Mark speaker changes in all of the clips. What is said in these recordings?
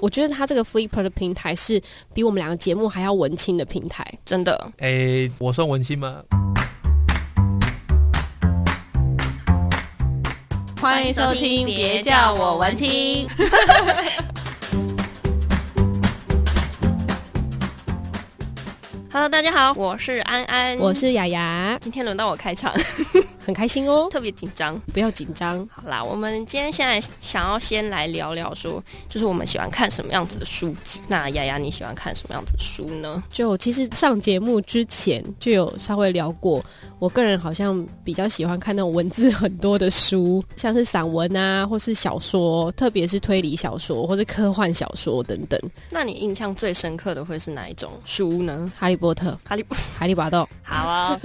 Speaker 1: 我觉得它这个 Flipper 的平台是比我们两个节目还要文青的平台，
Speaker 2: 真的。
Speaker 3: 哎，我算文青吗？
Speaker 2: 欢迎收听，别叫我文青。Hello，大家好，我是安安，
Speaker 1: 我是雅雅，
Speaker 2: 今天轮到我开场，
Speaker 1: 很开心哦，
Speaker 2: 特别紧张。
Speaker 1: 不要紧张。
Speaker 2: 好啦，我们今天现在想要先来聊聊说，就是我们喜欢看什么样子的书籍。那雅雅，你喜欢看什么样子的书呢？
Speaker 1: 就其实上节目之前就有稍微聊过，我个人好像比较喜欢看那种文字很多的书， 像是散文啊，或是小说，特别是推理小说或是科幻小说等等。
Speaker 2: 那你印象最深刻的会是哪一种书呢？
Speaker 1: 哈利波特、
Speaker 2: 哈利波特，
Speaker 1: 海里拔豆，
Speaker 2: 好 啊，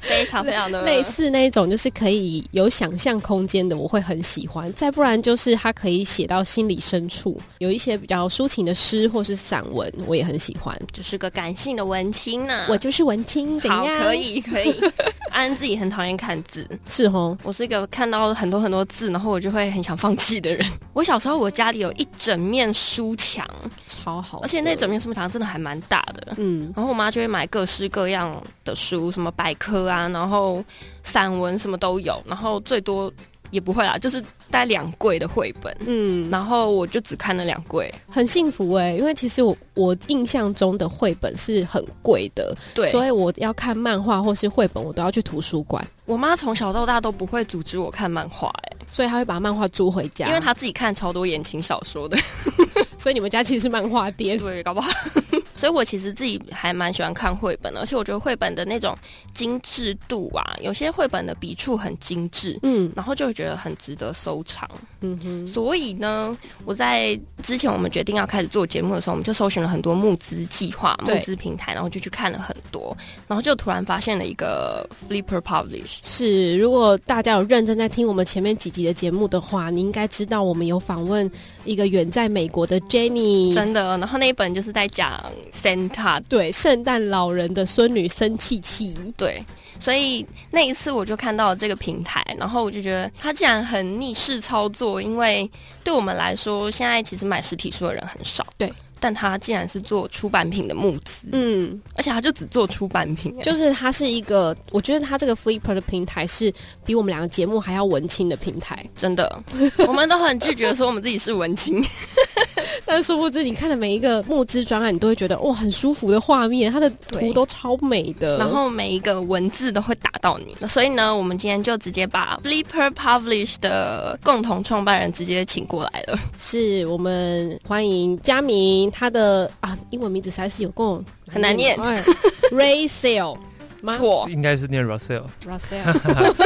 Speaker 2: 非常非常的
Speaker 1: 类似那一种就是可以有想象空间的，我会很喜欢。再不然就是它可以写到心里深处，有一些比较抒情的诗或是散文，我也很喜欢。
Speaker 2: 就是个感性的文青呢、
Speaker 1: 我就是文青，怎
Speaker 2: 啊好
Speaker 1: 样？
Speaker 2: 可，以可以。 安自己很讨厌看字，
Speaker 1: 是哦。
Speaker 2: 我是一个看到很多很多字，然后我就会很想放弃的人。 我小时候我家里有一整面书墙，
Speaker 1: 超好的，
Speaker 2: 而且那整面书墙真的还蛮大的。
Speaker 1: 嗯，
Speaker 2: 然后我妈就会买各式各样的书，什么百科啊，然后散文什么都有，然后最多也不会啦，就是带两柜的绘本。
Speaker 1: 嗯，
Speaker 2: 然后我就只看了两柜，
Speaker 1: 很幸福哎、因为其实我我印象中的绘本是很贵的，
Speaker 2: 对，所
Speaker 1: 所
Speaker 2: 以
Speaker 1: 以我要看漫画或是绘本，我都要去图书馆，
Speaker 2: 我妈从小到大都不会阻止我看漫画、欸，
Speaker 1: 所以她会把漫画租回家，
Speaker 2: 因为她自己看超多言情小说的，
Speaker 1: 所以你们家其实是漫画店，
Speaker 2: 对，搞不好。 所以我其实自己还蛮喜欢看绘本的，而且我觉得绘本的那种精致度啊，有些绘本的笔触很精致，
Speaker 1: 嗯
Speaker 2: 然后就会觉得很值得收藏。
Speaker 1: 嗯哼，
Speaker 2: 所以呢，我在之前我们决定要开始做节目的时候，我们就搜寻了很多募资计划、募
Speaker 1: 对
Speaker 2: 资平台，然后就去看了很多，然后就突然发现了一个 Flipper Publish。
Speaker 1: 是，如果大家有认真在听我们前面几集的节目的话，你应该知道我们有访问一个远在美国的 Jenny，
Speaker 2: 真的，然后那一本就是在讲 Santa，
Speaker 1: 对，圣诞老人的孙女生气气，
Speaker 2: 对，所以那一次我就看到了这个平台，然后我就觉得它竟然很逆势操作，因为对我们来说，现在其实买实体书的人很少，
Speaker 1: 对，
Speaker 2: 但它竟然是做出版品的募资，
Speaker 1: 嗯，
Speaker 2: 而且它就只做出版品，哎
Speaker 1: 就是它是一个，我觉得它这个 Flipper 的平台是比我们两个节目还要文青的平台，
Speaker 2: 真的，我们都很拒绝说我们自己是 文青，
Speaker 1: 但殊不知你看的每一个募资专案，你都会觉得哇很舒服的画面，它的
Speaker 2: 对
Speaker 1: 图都超美的，
Speaker 2: 然后每一个文字都会打到你。所以呢，我们今天就直接把 Flipper Publish 的共同创办人直接请过来了。
Speaker 1: 是我们欢迎佳明，他的啊英文名字实在是有够
Speaker 2: 很难念
Speaker 1: 哎 Ray Sale 吗
Speaker 2: 错，
Speaker 3: 应该是念 Russell。
Speaker 1: Russell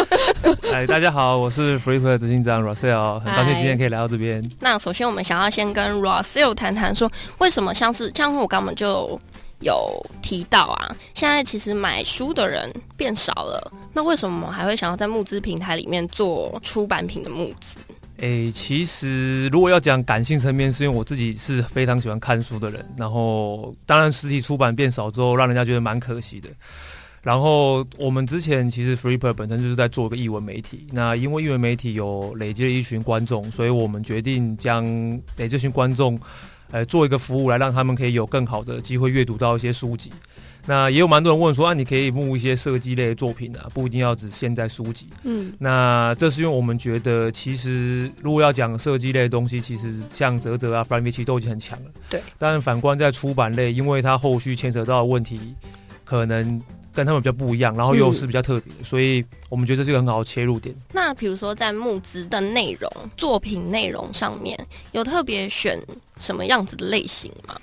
Speaker 3: 哎，大家好，我是 Freeplay 执行长 Russell，很高兴今天可以来到这边。
Speaker 2: 那首先我们想要先跟 Rossell 谈谈说，为什么像是像我刚刚就有提到啊，现在其实买书的人变少了，那为什么我们还会想要在募资平台里面做出版品的募资？
Speaker 3: 诶，其实如果要讲感性层面，是因为我自己是非常喜欢看书的人，然后当然实体出版变少之后，让人家觉得蛮可惜的。然后我们之前其实 Freeper 本身就是在做个译文媒体，那因为译文媒体有累积了一群观众，所以我们决定将诶这群观众，呃做一个服务来让他们可以有更好的机会阅读到一些书籍。那也有蛮多人问说啊，你可以募一些设计类的作品啊，不一定要只限在书籍。
Speaker 1: 嗯
Speaker 3: 那这是因为我们觉得，其实如果要讲设计类的东西，其实像泽泽啊、f r a n k 其实都已经很强了。
Speaker 2: 对。
Speaker 3: 但反观在出版类，因为它后续牵扯到的问题，可能跟他们比较不一样，然后又是比较特别，所以我们觉得这是一个很好的切入点。
Speaker 2: 那比如说在募资的内容、作品内容上面，有特别选什么样子的类型吗？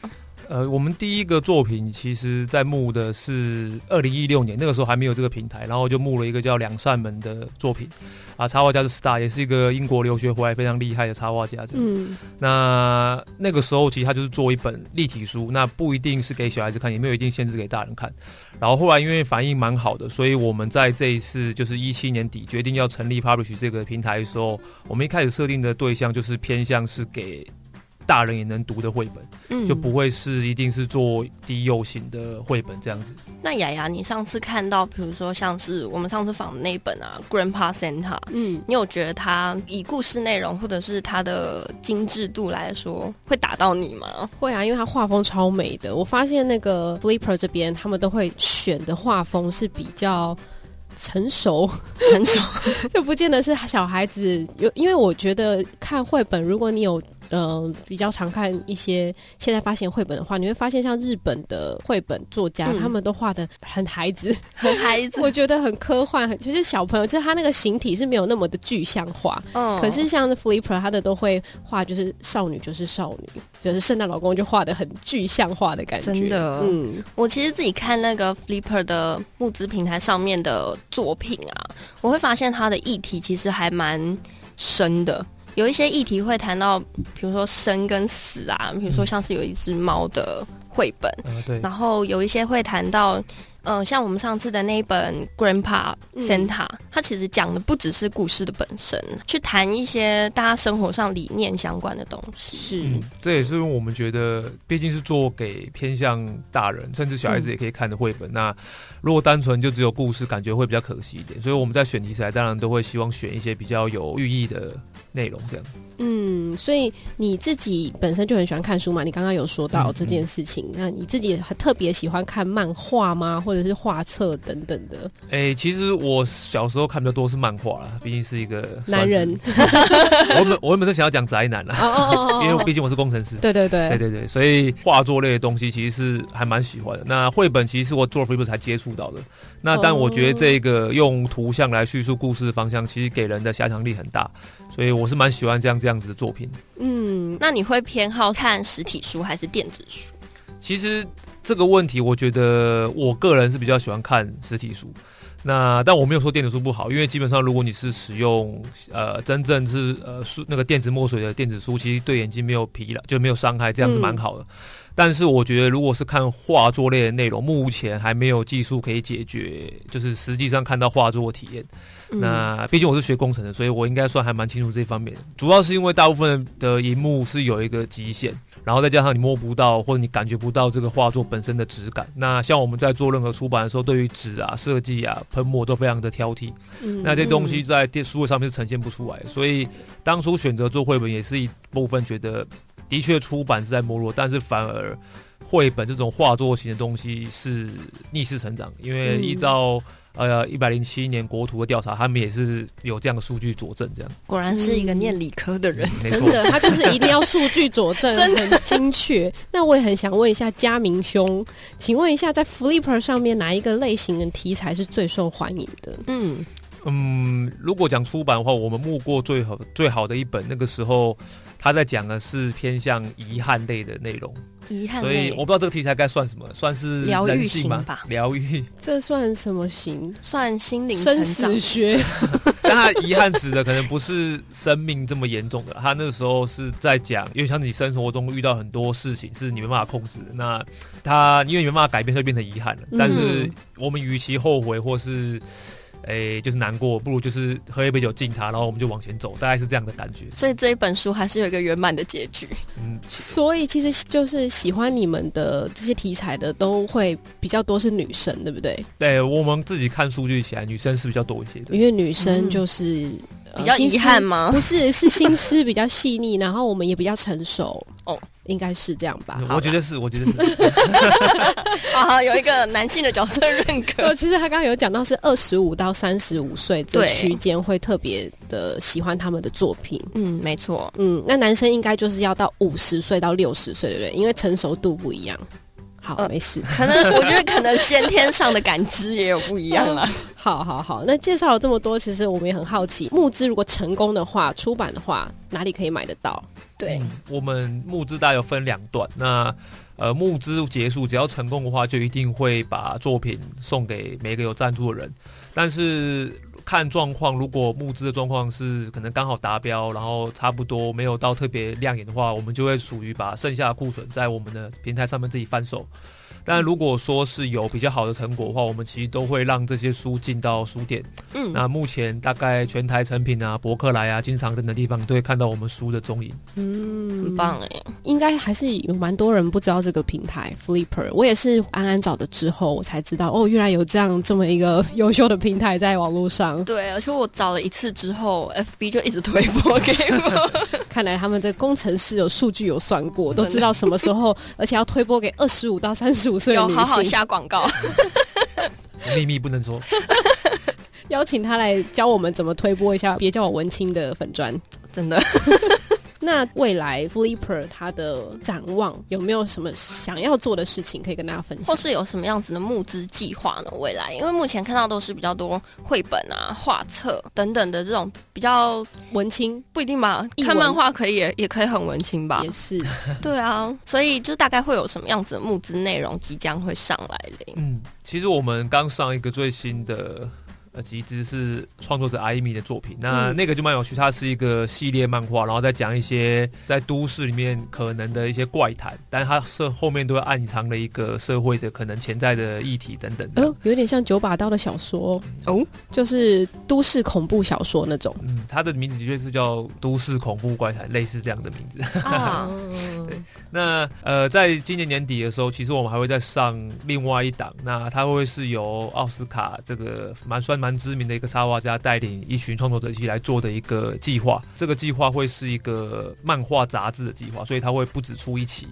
Speaker 3: 呃，我们第一个作品其实在募的是二零一六年，那个时候还没有这个平台，然后就募了一个叫两扇门的作品，啊，插画家是 Star，也是一个英国留学回来非常厉害的插画家，这样。
Speaker 1: 嗯
Speaker 3: 那那个时候其实他就是做一本立体书，那不一定是给小孩子看，也没有一定限制给大人看。然后后来因为反应蛮好的，所以我们在这一次就是一七年底决定要成立 Publish 这个平台的时候，我们一开始设定的对象就是偏向是给大人也能读的绘本，
Speaker 2: 嗯
Speaker 3: 就不会是一定是做低幼型的绘本这样子。
Speaker 2: 那雅雅，你上次看到，比如说像是我们上次访的那一本啊，《Grandpa Santa》，
Speaker 1: 嗯，
Speaker 2: 你有觉得它以故事内容或者是它的精致度来说，会打到你吗？
Speaker 1: 会啊，因为它画风超美的。我发现那个 Flipper 这边他们都会选的画风是比较成熟，
Speaker 2: 成熟，
Speaker 1: 就不见得是小孩子。有因为我觉得看绘本，如果你有呃、比较常看一些现在发行绘本的话，你会发现像日本的绘本作家，
Speaker 2: 嗯
Speaker 1: 他们都画的很孩子，
Speaker 2: 很孩子，
Speaker 1: 我觉得很科幻，很就是小朋友，就是他那个形体是没有那么的具象化。
Speaker 2: 嗯
Speaker 1: 可是像 Flipper，他的都会画，就是少女就是少女，就是圣诞老公就画的很具象化的感觉。
Speaker 2: 真的
Speaker 1: 嗯，
Speaker 2: 我其实自己看那个 Flipper 的募资平台上面的作品啊，我会发现它的议题其实还蛮深的。有一些议题会谈到，比如说生跟死啊，比如说像是有一只猫的绘本，
Speaker 3: 啊、对，
Speaker 2: 然后有一些会谈到，呃，像我们上次的那一本《Grandpa
Speaker 1: 嗯
Speaker 2: Santa、它其实讲的不只是故事的本身，去谈一些大家生活上理念相关的东西。
Speaker 1: 是
Speaker 3: 嗯，这也是我们觉得，毕竟是做给偏向大人，甚至小孩子也可以看的绘本。那如果单纯就只有故事，感觉会比较可惜一点。所以我们在选题材，当然都会希望选一些比较有寓意的内容，这样。
Speaker 1: 嗯，所以你自己本身就很喜欢看书嘛？你刚刚有说到
Speaker 3: 嗯
Speaker 1: 这件事情，那你自己很特别喜欢看漫画吗？或者是画册等等的？
Speaker 3: 哎、其实我小时候看比较多是漫画啦，毕竟是一个
Speaker 1: 男人。
Speaker 3: 算是 我原本我原本是想要讲宅男啦，
Speaker 1: 哦哦哦哦
Speaker 3: 因为毕竟我是工程师。
Speaker 1: 对对对，
Speaker 3: 对对对，所以画作类的东西其实是还蛮喜欢的。那绘本其实是我做 f l i p 才接触到的。那但我觉得这个用图像来叙述故事的方向，其实给人的遐想力很大，所以我是蛮喜欢这样这样子的作品。
Speaker 1: 嗯，
Speaker 2: 那你会偏好看实体书还是电子书？
Speaker 3: 其实这个问题，我觉得我个人是比较喜欢看实体书。那但我没有说电子书不好，因为基本上如果你是使用呃真正是呃书那个电子墨水的电子书，其实对眼睛没有疲劳，就没有伤害，这样是蛮好的。但是我觉得如果是看画作类的内容，目前还没有技术可以解决，就是实际上看到画作的体验。
Speaker 2: 嗯
Speaker 3: 那毕竟我是学工程的，所以我应该算还蛮清楚这方面的。主要是因为大部分的荧幕是有一个极限，然后再加上你摸不到或者你感觉不到这个画作本身的质感。那像我们在做任何出版的时候，对于纸啊、设计啊、喷墨都非常的挑剔。
Speaker 1: 嗯
Speaker 3: 那这些东西在电书上面是呈现不出来，所以当初选择做绘本也是一部分觉得的确出版是在没落，但是反而绘本这种画作型的东西是逆势成长，因为
Speaker 1: 嗯
Speaker 3: 依照。呃，一百零七年国图的调查，他们也是有这样的数据佐证，这样嗯
Speaker 2: 果然是一个念理科的人。
Speaker 3: 没
Speaker 1: 真
Speaker 3: 错。
Speaker 1: 的，他就是一定要数据佐 证，
Speaker 2: 真
Speaker 1: 很精确。那我也很想问一下佳明兄，请问一下，在 Flipper 上面哪一个类型的题材是最受欢迎的？
Speaker 2: 嗯，
Speaker 3: 嗯，如果讲出版的话，我们目过最好最好的一本，那个时候他在讲的是偏向遗憾类的内容，
Speaker 2: 遗憾欸
Speaker 3: 所以
Speaker 2: 类
Speaker 3: 我不知道这个题材该算什么，算是
Speaker 2: 疗愈
Speaker 3: 人性
Speaker 2: 型
Speaker 3: 吗
Speaker 2: 吧？
Speaker 3: 疗愈，
Speaker 1: 这算什么型？
Speaker 2: 算心灵
Speaker 1: 生
Speaker 2: 成长
Speaker 1: 死。学？
Speaker 3: 但他遗憾指的可能不是生命这么严重的，他那个时候是在讲，因为像你生活中遇到很多事情是你没办法控制的，那他因为你没办法改变，所以变成遗憾了。
Speaker 2: 嗯
Speaker 3: 但是我们与其后悔或是诶、就是难过，不如就是喝一杯酒敬他，然后我们就往前走，大概是这样的感觉。
Speaker 2: 所以这一本书还是有一个圆满的结局。
Speaker 3: 嗯，
Speaker 1: 所以其实就是喜欢你们的这些题材的，都会比较多是女生，对不对？
Speaker 3: 对我们自己看数据起来，女生是比较多一些的
Speaker 1: 因。为女生就是、呃
Speaker 2: 比较遗憾？吗？
Speaker 1: 心思 不是，是心思比较细腻，然后我们也比较成熟。
Speaker 2: 哦
Speaker 1: 哦，应该是这样吧？
Speaker 3: 我觉得是，我觉得是。
Speaker 2: 啊，有一个男性的角色认 可
Speaker 1: 呃，。其实他刚刚有讲到是二十五到三十五岁这
Speaker 2: 对
Speaker 1: 区间会特别的喜欢他们的作品。
Speaker 2: 嗯，没错。
Speaker 1: 嗯，那男生应该就是要到五十岁到六十岁，对不对？因为成熟度不一样。好，
Speaker 2: 呃
Speaker 1: 没事。
Speaker 2: 可能我觉得可能先天上的感知也有不一样啊啦。
Speaker 1: 好好好，那介绍了这么多，其实我们也很好奇，募资如果成功的话，出版的话，哪里可以买得到？
Speaker 2: 对，
Speaker 3: 嗯我们募资大概有分两段，那呃募资结束，只要成功的话，就一定会把作品送给每个有赞助的人。但是看状况，如果募资的状况是可能刚好达标，然后差不多没有到特别亮眼的话，我们就会属于把剩下的库存在我们的平台上面自己翻手。但如果说是有比较好的成果的话，我们其实都会让这些书进到书店。
Speaker 2: 嗯，
Speaker 3: 那目前大概全台成品啊、博客来啊、金常等的地方，你都会看到我们书的踪影。
Speaker 1: 嗯，
Speaker 2: 很棒哎、
Speaker 1: 应该还是有蛮多人不知道这个平台 Flipper，我也是安安找的之后，我才知道哦，原来有这样这么一个 优秀的平台在网络上。
Speaker 2: 对，而且我找了一次之后，FB 就一直推 播给我。
Speaker 1: 看来他们这工程师有数据有算过，都知道什么时候，而且要推播给二十五到三十五岁的
Speaker 2: 有
Speaker 1: 女
Speaker 2: 好好
Speaker 1: 性，
Speaker 2: 下广 告，
Speaker 3: 秘密不能说。
Speaker 1: 邀请他来教我们怎么推播一下，别叫我文青的粉砖。
Speaker 2: 真的。
Speaker 1: 那未来 Flipper 它的展望有没有什么想要做的事情可以跟大家分
Speaker 2: 或
Speaker 1: 享？
Speaker 2: 是有什么样子的募资计划呢？未来，因为目前看到都是比较多绘本啊、画册等等的这种比较
Speaker 1: 文青
Speaker 2: 不一定吧，
Speaker 1: 译文
Speaker 2: 看漫画可以也也可以很文青吧
Speaker 1: 也。是，
Speaker 2: 对啊，所以就大概会有什么样子的募资内容即将会上来 嘞？
Speaker 3: 嗯，其实我们刚上一个最新的呃集资是创作者艾米的作品，那
Speaker 1: 嗯
Speaker 3: 那个就蛮有趣，它是一个系列漫画，然后再讲一些在都市里面可能的一些怪谈，但它是后面都会暗藏了一个社会的可能潜在的议题等等
Speaker 1: 哎
Speaker 3: 的。
Speaker 1: 呦，有点像九把刀的小说
Speaker 2: 哦，
Speaker 1: 就是都市恐怖小说那种
Speaker 3: 嗯，它的名字的确是叫《都市恐怖怪谈》，类似这样的名字。
Speaker 2: 啊，
Speaker 3: 那呃，在今年年底的时候，其实我们还会再上另外一档，那它会是由奥斯卡这个蛮算蛮知名的一个插画家带领一群创作者一起来做的一个计划。这个计划会是一个漫画杂志的计划，所以它会不止出一期。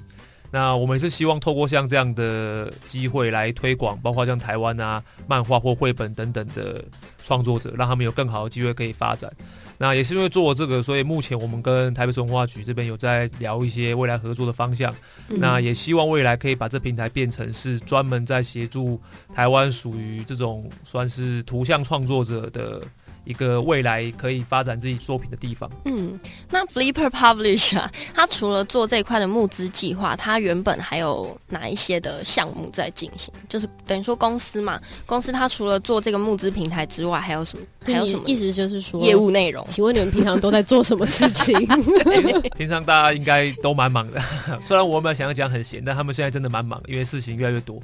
Speaker 3: 那我们是希望透过像这样的机会来推广，包括像台湾啊漫画或绘本等等的创作者，让他们有更好的机会可以发展。那也是因为做这个，所以目前我们跟台北市文化局这边有在聊一些未来合作的方向。
Speaker 2: 嗯
Speaker 3: 那也希望未来可以把这平台变成是专门在协助台湾属于这种算是图像创作者的一个未来可以发展自己作品的地方。
Speaker 2: 嗯，那 Flipper Publish 啊， 它除了做这一块的募资计划，它原本还有哪一些的项目在进行？就是等于说公司嘛，公司它除了做这个募资平台之外，还有什么？还有什么
Speaker 1: 意思就是说
Speaker 2: 业？务内哎容？
Speaker 1: 请问你们平常都在做什么事 情？
Speaker 3: 平常大家应该都蛮忙的， 虽然我们想要讲很闲，但他们现在真的蛮忙，因为事情越来越多。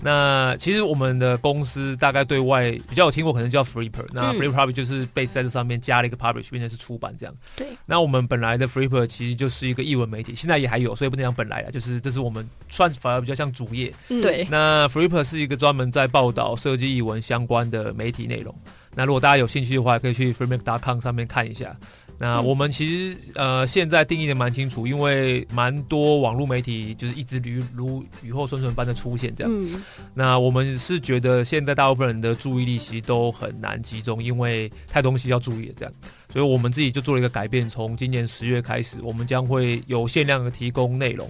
Speaker 3: 那其实我们的公司大概对外比较有听过，可能叫 Freeper，那
Speaker 2: 嗯
Speaker 3: Freeper publish 就是 base 在这上面加了一个 publish，变成是出版这样。
Speaker 2: 对。
Speaker 3: 那我们本来的 Freeper 其实就是一个译文媒体，现在也还有，所以不能讲本来啊，就是这是我们算反而比较像主业。
Speaker 1: 嗯，
Speaker 2: 对，
Speaker 3: 那 Freeper 是一个专门在报道设计译文相关的媒体内容。那如果大家有兴趣的话，可以去 freemake.com 上面看一下。那我们其实呃现在定义的蛮清楚，因为蛮多网络媒体就是一直如如雨后春笋般的出现这样。
Speaker 1: 嗯，
Speaker 3: 那我们是觉得现在大部分人的注意力其实都很难集中，因为太多东西要注意了这样。所以我们自己就做了一个改变，从今年十月开始，我们将会有限量的提供内容，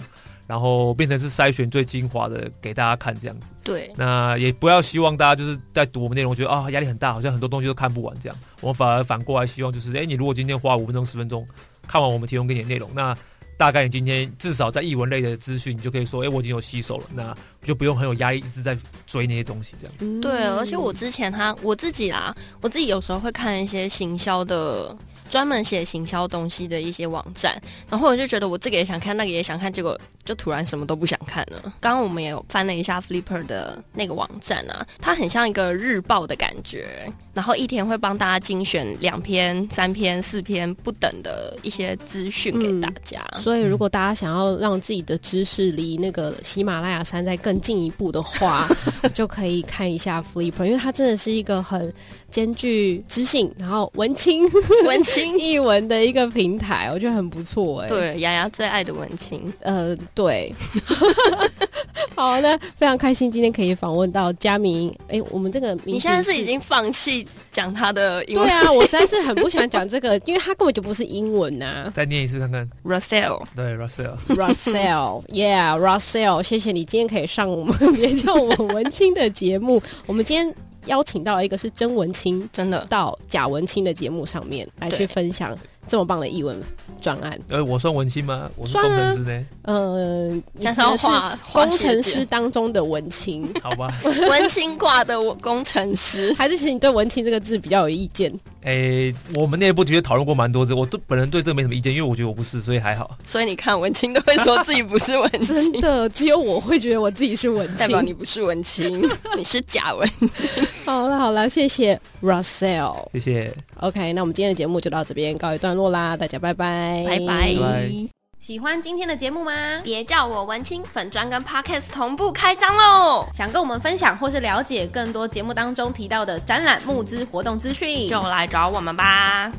Speaker 3: 然后变成是筛选最精华的给大家看这样子。
Speaker 2: 对，
Speaker 3: 那也不要希望大家就是在读我们内容，觉得啊压力很大，好像很多东西都看不完这样。我们反而反过来希望就是，哎、你如果今天花五分钟、十分钟看完我们提供给你的内容，那大概你今天至少在译文类的资讯，你就可以说，哎、我已经有吸收了，那就不用很有压力，一直在追那些东西这样。
Speaker 1: 嗯
Speaker 2: 对，而且我之前他我自己啦，我自己有时候会看一些行销的。专门写行销东西的一些网站，然后我就觉得我这个也想看，那个也想看，结果就突然什么都不想看了。刚刚我们也有翻了一下 Flipper 的那个网站啊，它很像一个日报的感觉，然后一天会帮大家精选两篇、三篇、四篇不等的一些资讯
Speaker 1: 嗯
Speaker 2: 给大家。
Speaker 1: 所以如果大家想要让自己的知识离那个喜马拉雅山再更进一步的 话，就可以看一下 Flipper，因为它真的是一个很兼具知性，然后文青
Speaker 2: 文 青，
Speaker 1: 译文的一个平台，我觉得很不错哎、。
Speaker 2: 对，雅雅最爱的文青，
Speaker 1: 呃，对。 好，那非常开心今天可以访问到佳明。哎，我们这个名
Speaker 2: 你
Speaker 1: 字
Speaker 2: 现在是已经放弃讲他的英文
Speaker 1: 对啊，我实在是很不想讲这个，因为它根本就不是英文啊呐、
Speaker 3: 再念一次看看。
Speaker 2: Russell。
Speaker 3: 对，Russell，啊
Speaker 1: Russell，Yeah，Russell，谢谢你今天可以上我们别叫我文青的节目。 我们今天邀请到一个是真文青
Speaker 2: 真的，
Speaker 1: 到假文青的节目上面来去
Speaker 2: 对
Speaker 1: 分享这么棒的译文专案。
Speaker 3: 呃，我算文青吗？我是工
Speaker 1: 算啊
Speaker 3: 程师呢。
Speaker 1: 呃，你
Speaker 2: 加
Speaker 1: 可
Speaker 2: 上
Speaker 1: 能是
Speaker 2: 画
Speaker 1: 工程师 当中的文青，
Speaker 3: 好吧，
Speaker 2: 文青挂的我工程师，
Speaker 1: 还是其实你对文青这个字比较有意见？
Speaker 3: 哎、诶、我们内部的确讨论过蛮多次，我对本人对这个没什么意见，因为我觉得我不是，所以还好。
Speaker 2: 所以你看，文青都会说自己不是文
Speaker 1: 真
Speaker 2: 青，
Speaker 1: 的，只有我会觉得我自己是文
Speaker 2: 代表
Speaker 1: 青。
Speaker 2: 你不是文青，你是假文。
Speaker 1: 好了好了，谢谢 Russell。
Speaker 3: 谢谢。
Speaker 1: OK，那我们今天的节目就到这边告一段落啦，大家拜 拜，
Speaker 2: 拜
Speaker 3: 拜拜
Speaker 4: 喜欢今天的节目吗？
Speaker 2: 别叫我文青，粉砖跟 Podcast 同步开张喽！
Speaker 4: 想跟我们分享或是了解更多节目当中提到的展览募资活动资讯，
Speaker 2: 就来找我们吧。